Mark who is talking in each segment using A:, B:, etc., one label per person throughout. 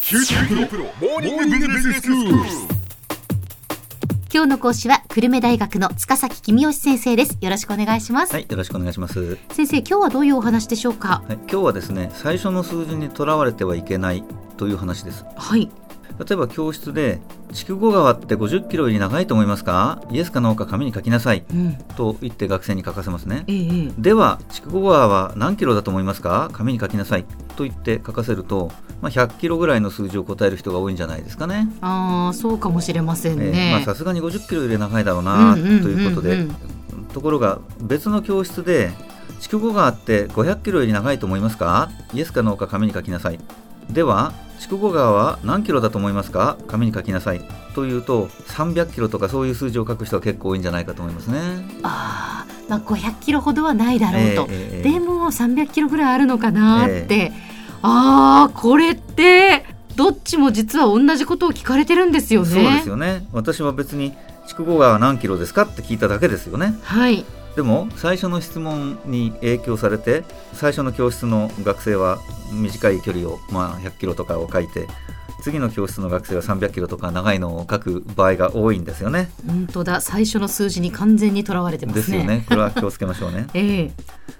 A: 九州大プロモーニングビジネススクール。
B: 今日の講師は久留米大学の塚崎君吉先生ですよろしくお願いします、
C: はい、よろしくお願いします。
B: 先生今日はどういうお話でしょうか
C: はい、今日はですね、最初の数字にとらわれてはいけないという話です。
B: はい
C: 例えば教室で、筑後川って50キロより長いと思いますかイエスかノーか紙に書きなさい
B: うん
C: と言って学生に書かせますね。
B: ええ
C: では、筑後川は何キロだと思いますか紙に書きなさいと言って書かせると、まあ、100キロぐらいの数字を答える人が多いんじゃないですかね。
B: ああそうかもしれません
C: えーまあ
B: ね、
C: さすがに50キロより長いだろうなと
B: うんうんうんうん
C: いうことでところが別の教室で筑後川って500キロより長いと思いますかイエスかノーか紙に書きなさいでは筑後川は何キロだと思いますか紙に書きなさいというと300キロとかそういう数字を書く人は結構多いんじゃないかと思いますね。
B: ああまあ500キロほどはないだろうと、
C: えーえーえー
B: でも300キロぐらいあるのかなーって、ああこれってどっちも実は同じことを聞かれてるんですよね
C: そうですよね私は別に筑後川は何キロですかって聞いただけですよね。
B: はい
C: でも最初の質問に影響されて最初の教室の学生は短い距離を、まあ、100キロとかを書いて次の教室の学生は300キロとか長いのを書く場合が多いんですよね。
B: 本当だ最初の数字に完全にとらわれてま
C: です
B: すね。
C: よね。これは気をつけましょうね
B: ええ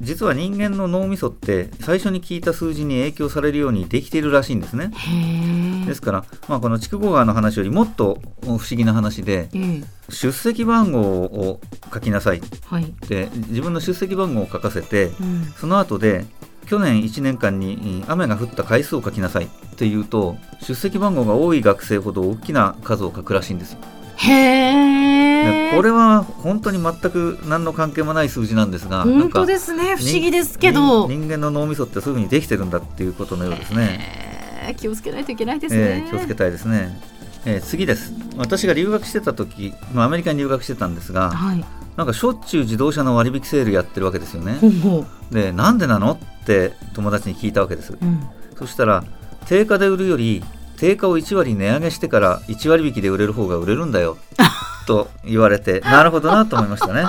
C: 実は人間の脳みそって最初に聞いた数字に影響されるようにできているらしいんですね。
B: へ
C: で
B: え
C: すから、まあ、この筑後川の話よりもっと不思議な話で
B: ええ
C: 出席番号を書きなさいっ
B: はい、
C: て自分の出席番号を書かせて
B: うん、
C: その後で去年1年間にうん雨が降った回数を書きなさいって言うと出席番号が多い学生ほど大きな数を書くらしいんですよ。
B: へえ
C: でこれは本当に全く何の関係もない数字なんですが
B: 本当
C: なんか
B: ですね不思議ですけ
C: 人
B: ど、
C: 人間の脳みそってそういうふうにできてるんだっていうことのようですね。
B: えー気をつけないといけないです
C: え
B: ね、
C: ー気をつけたいですね。えー次です私が留学してた時、まあ、アメリカに留学してたんですが
B: はい
C: なんかしょっちゅう自動車の割引セールやってるわけですよね
B: ほうほう
C: でなんでなのって友達に聞いたわけです
B: うん
C: そしたら定価で売るより定価を1割値上げしてから1割引きで売れる方が売れるん だよと言われてなるほどなと思いましたね。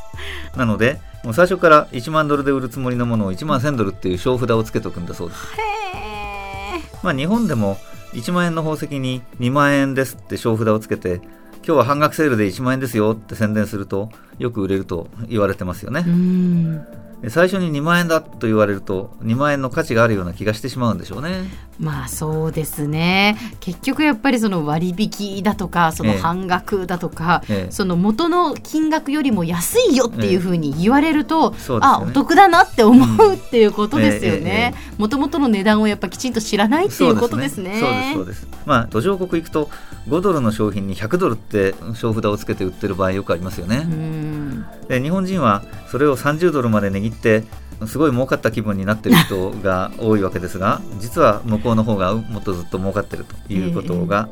C: なのでもう最初から1万ドルで売るつもりのものを1万1000ドルっていう小札をつけとくんだそうです。
B: へー
C: まあ、日本でも1万円の宝石に2万円ですって小札をつけて今日は半額セールで1万円ですよって宣伝するとよく売れると言われてますよね
B: う。ん
C: で最初に2万円だと言われると2万円の価値があるような気がしてしまうんでしょ うね。
B: まあそうですね結局やっぱりその割引だとかその
C: ええ
B: 半額だとか、
C: ええ
B: その元の金額よりも安いよっていうふうに言われると、
C: そうです
B: あ
C: よ
B: お
C: ね
B: 得だなって思うっていうことですよね
C: え
B: もともとの値段をやっぱきちんと知らないっていうことですね
C: そうですそうですそうですまあ途上国行くと5ドルの商品に100ドルって商札をつけて売ってる場合よくありますよね、
B: うん
C: で日本人はそれを30ドルまで値切ってすごい儲かった気分になってる人が多いわけですが実は向こうの方がもっとずっと儲かってるということが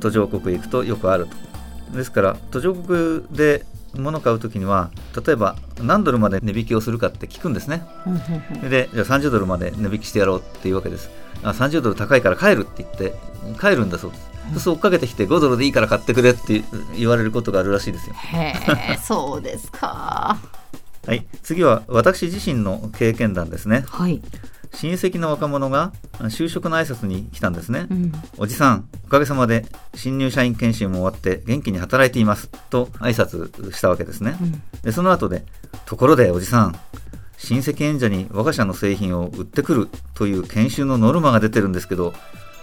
C: 途上国行くとよくあるとですから途上国で物買う時には例えば何ドルまで値引きをするかって聞くんですね
B: うんうんうん
C: でじゃあ30ドルまで値引きしてやろうっていうわけですあ30ドル高いから帰るって言って帰るんだそうです、そうすると追っかけてきて5ドルでいいから買ってくれって言われることがあるらしいですよ
B: へ えそうですか
C: はい次は私自身の経験談ですね
B: はい、
C: 親戚の若者があ就職の挨拶に来たんですね、
B: うん、
C: おじさんおかげさまで新入社員研修も終わって元気に働いていますと挨拶したわけですね、
B: うん
C: でその後で「ところでおじさん親戚縁者に我が社の製品を売ってくるという研修のノルマが出てるんですけど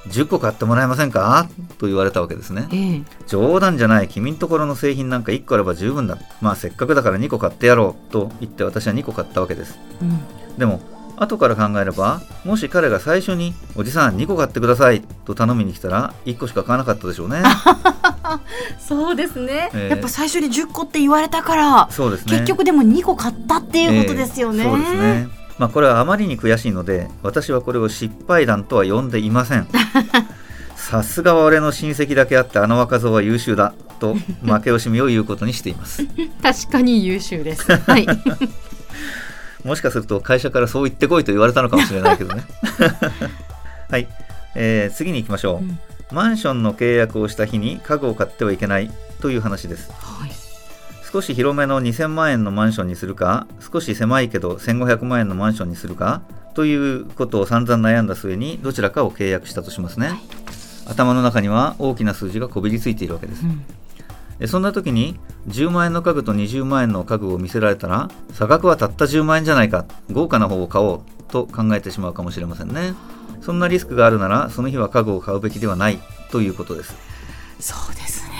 C: 10個買ってもらえませんか?」と言われたわけですね
B: ええ
C: 冗談じゃない君んところの製品なんか1個あれば十分だまあせっかくだから2個買ってやろうと言って私は2個買ったわけです
B: うん
C: でも後から考えればもし彼が最初に「おじさん2個買ってください」と頼みに来たら1個しか買わなかったでしょ うね
B: そうですね、
C: ええ
B: やっぱ最初に10個って言われたから、
C: そうですね
B: 結局でも2個買ったっていうことですよね、
C: ええそうですね。まあこれはあまりに悔しいので、私はこれを失敗談とは呼んでいません。 さすがは俺の親戚だけあってあの若造は優秀だと負け惜しみを言うことにしています。
B: 確かに優秀 ですはい
C: もしかすると会社からそう言ってこいと言われたのかもしれないけど ね。はい、えー次に行きましょう、
B: うん
C: マンションの契約をした日に家具を買ってはいけないという話です。
B: はい
C: 少し広めの2000万円のマンションにするか少し狭いけど1500万円のマンションにするかということを散々悩んだ末にどちらかを契約したとしますね、
B: はい
C: 頭の中には大きな数字がこびりついているわけです、えそんな時に10万円の家具と20万円の家具を見せられたら差額はたった10万円じゃないか豪華な方を買おうと考えてしまうかもしれませんねそんなリスクがあるならその日は家具を買うべきではないということです
B: そうですね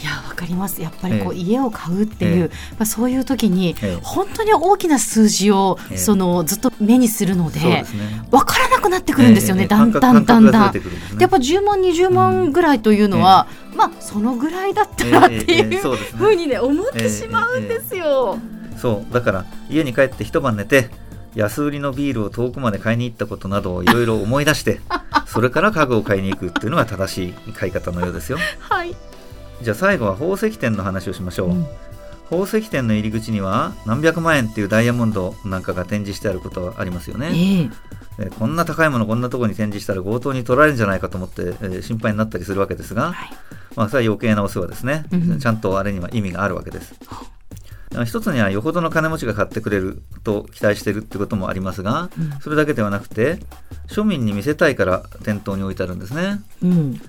B: いやわかりますやっぱりこう、
C: ええ
B: 家を買うっていう、
C: ええ
B: まあ、そういう時に、
C: ええ
B: 本当に大きな数字を、
C: ええ
B: そのずっと目にするので
C: そうですね
B: わからなくなってくるんですよね、
C: ええ
B: だんだん
C: 感
B: だん
C: 覚感
B: だん。
C: 覚がずれてくるんですね
B: でやっぱ10万20万ぐらいというのは、まあそのぐらいだったらって
C: ええええ
B: い
C: ええそううですね
B: ふうにね思っ
C: えええ
B: て
C: え
B: しまうんですよ。
C: そうだから家に帰って一晩寝て安売りのビールを遠くまで買いに行ったこと などをいろいろ思い出してそれから家具を買いに行くっていうのが正しい買い方のようですよ
B: はい。
C: じゃあ最後は宝石店の話をしましょう、
B: うん
C: 宝石店の入り口には何百万円っていうダイヤモンドなんかが展示してあることはありますよね
B: ええ
C: えーこんな高いものこんなところに展示したら強盗に取られるんじゃないかと思って、えー心配になったりするわけです
B: は
C: が、
B: い
C: まあ、それは余計なお世話ですね、
B: うん
C: ちゃんとあれには意味があるわけですあ一つにはよほどの金持ちが買ってくれると期待してるってこともありますが
B: うん
C: それだけではなくて庶民に見せたいから店頭に置いてあるんですね
B: うん
C: で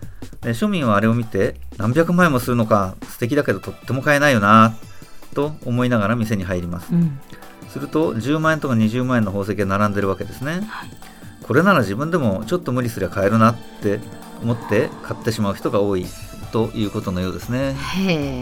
C: 庶民はあれを見て何百万円もするのか素敵だけどとっても買えないよなと思いながら店に入ります
B: うん
C: すると10万円とか20万円の宝石が並んでるわけですね、これなら自分でもちょっと無理すりゃ買えるなって思って買ってしまう人が多いということのようですね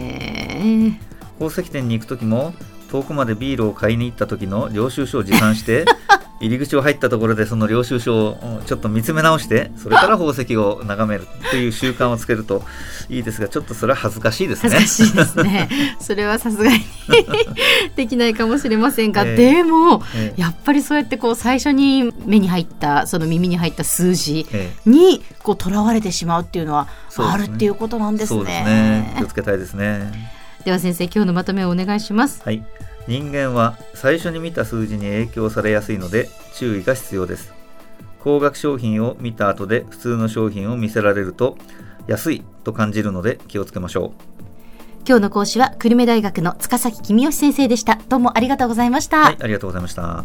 B: へえ。
C: 宝石店に行く時も遠くまでビールを買いに行った時の領収書を持参して 入り口を入ったところでその領収書をうんちょっと見つめ直してそれから宝石を眺めるという習慣をつけるといいですがちょっとそれは恥ずかしいですね
B: 恥ずかしいですね。それはさすがにできないかもしれませんが、
C: ええ
B: でも
C: ええ
B: やっぱりそうやってこう最初に目に入ったその耳に入った数字
C: え
B: にこうとらわれてしまうっていうのは
C: そう
B: あ
C: です
B: る
C: ね
B: っていうことなん
C: え
B: です
C: そうですね気を
B: ね。
C: つけたいですね
B: では先生今日のまとめをお願いします。
C: はい、人間は最初に見た数字に影響されやすいので注意が必要です高額商品を見た後で普通の商品を見せられると安いと感じるので気をつけましょ
B: 今日の講師は久留米大学の塚崎君吉先生でした。どうもありがとうございました。
C: うはいありがとうございました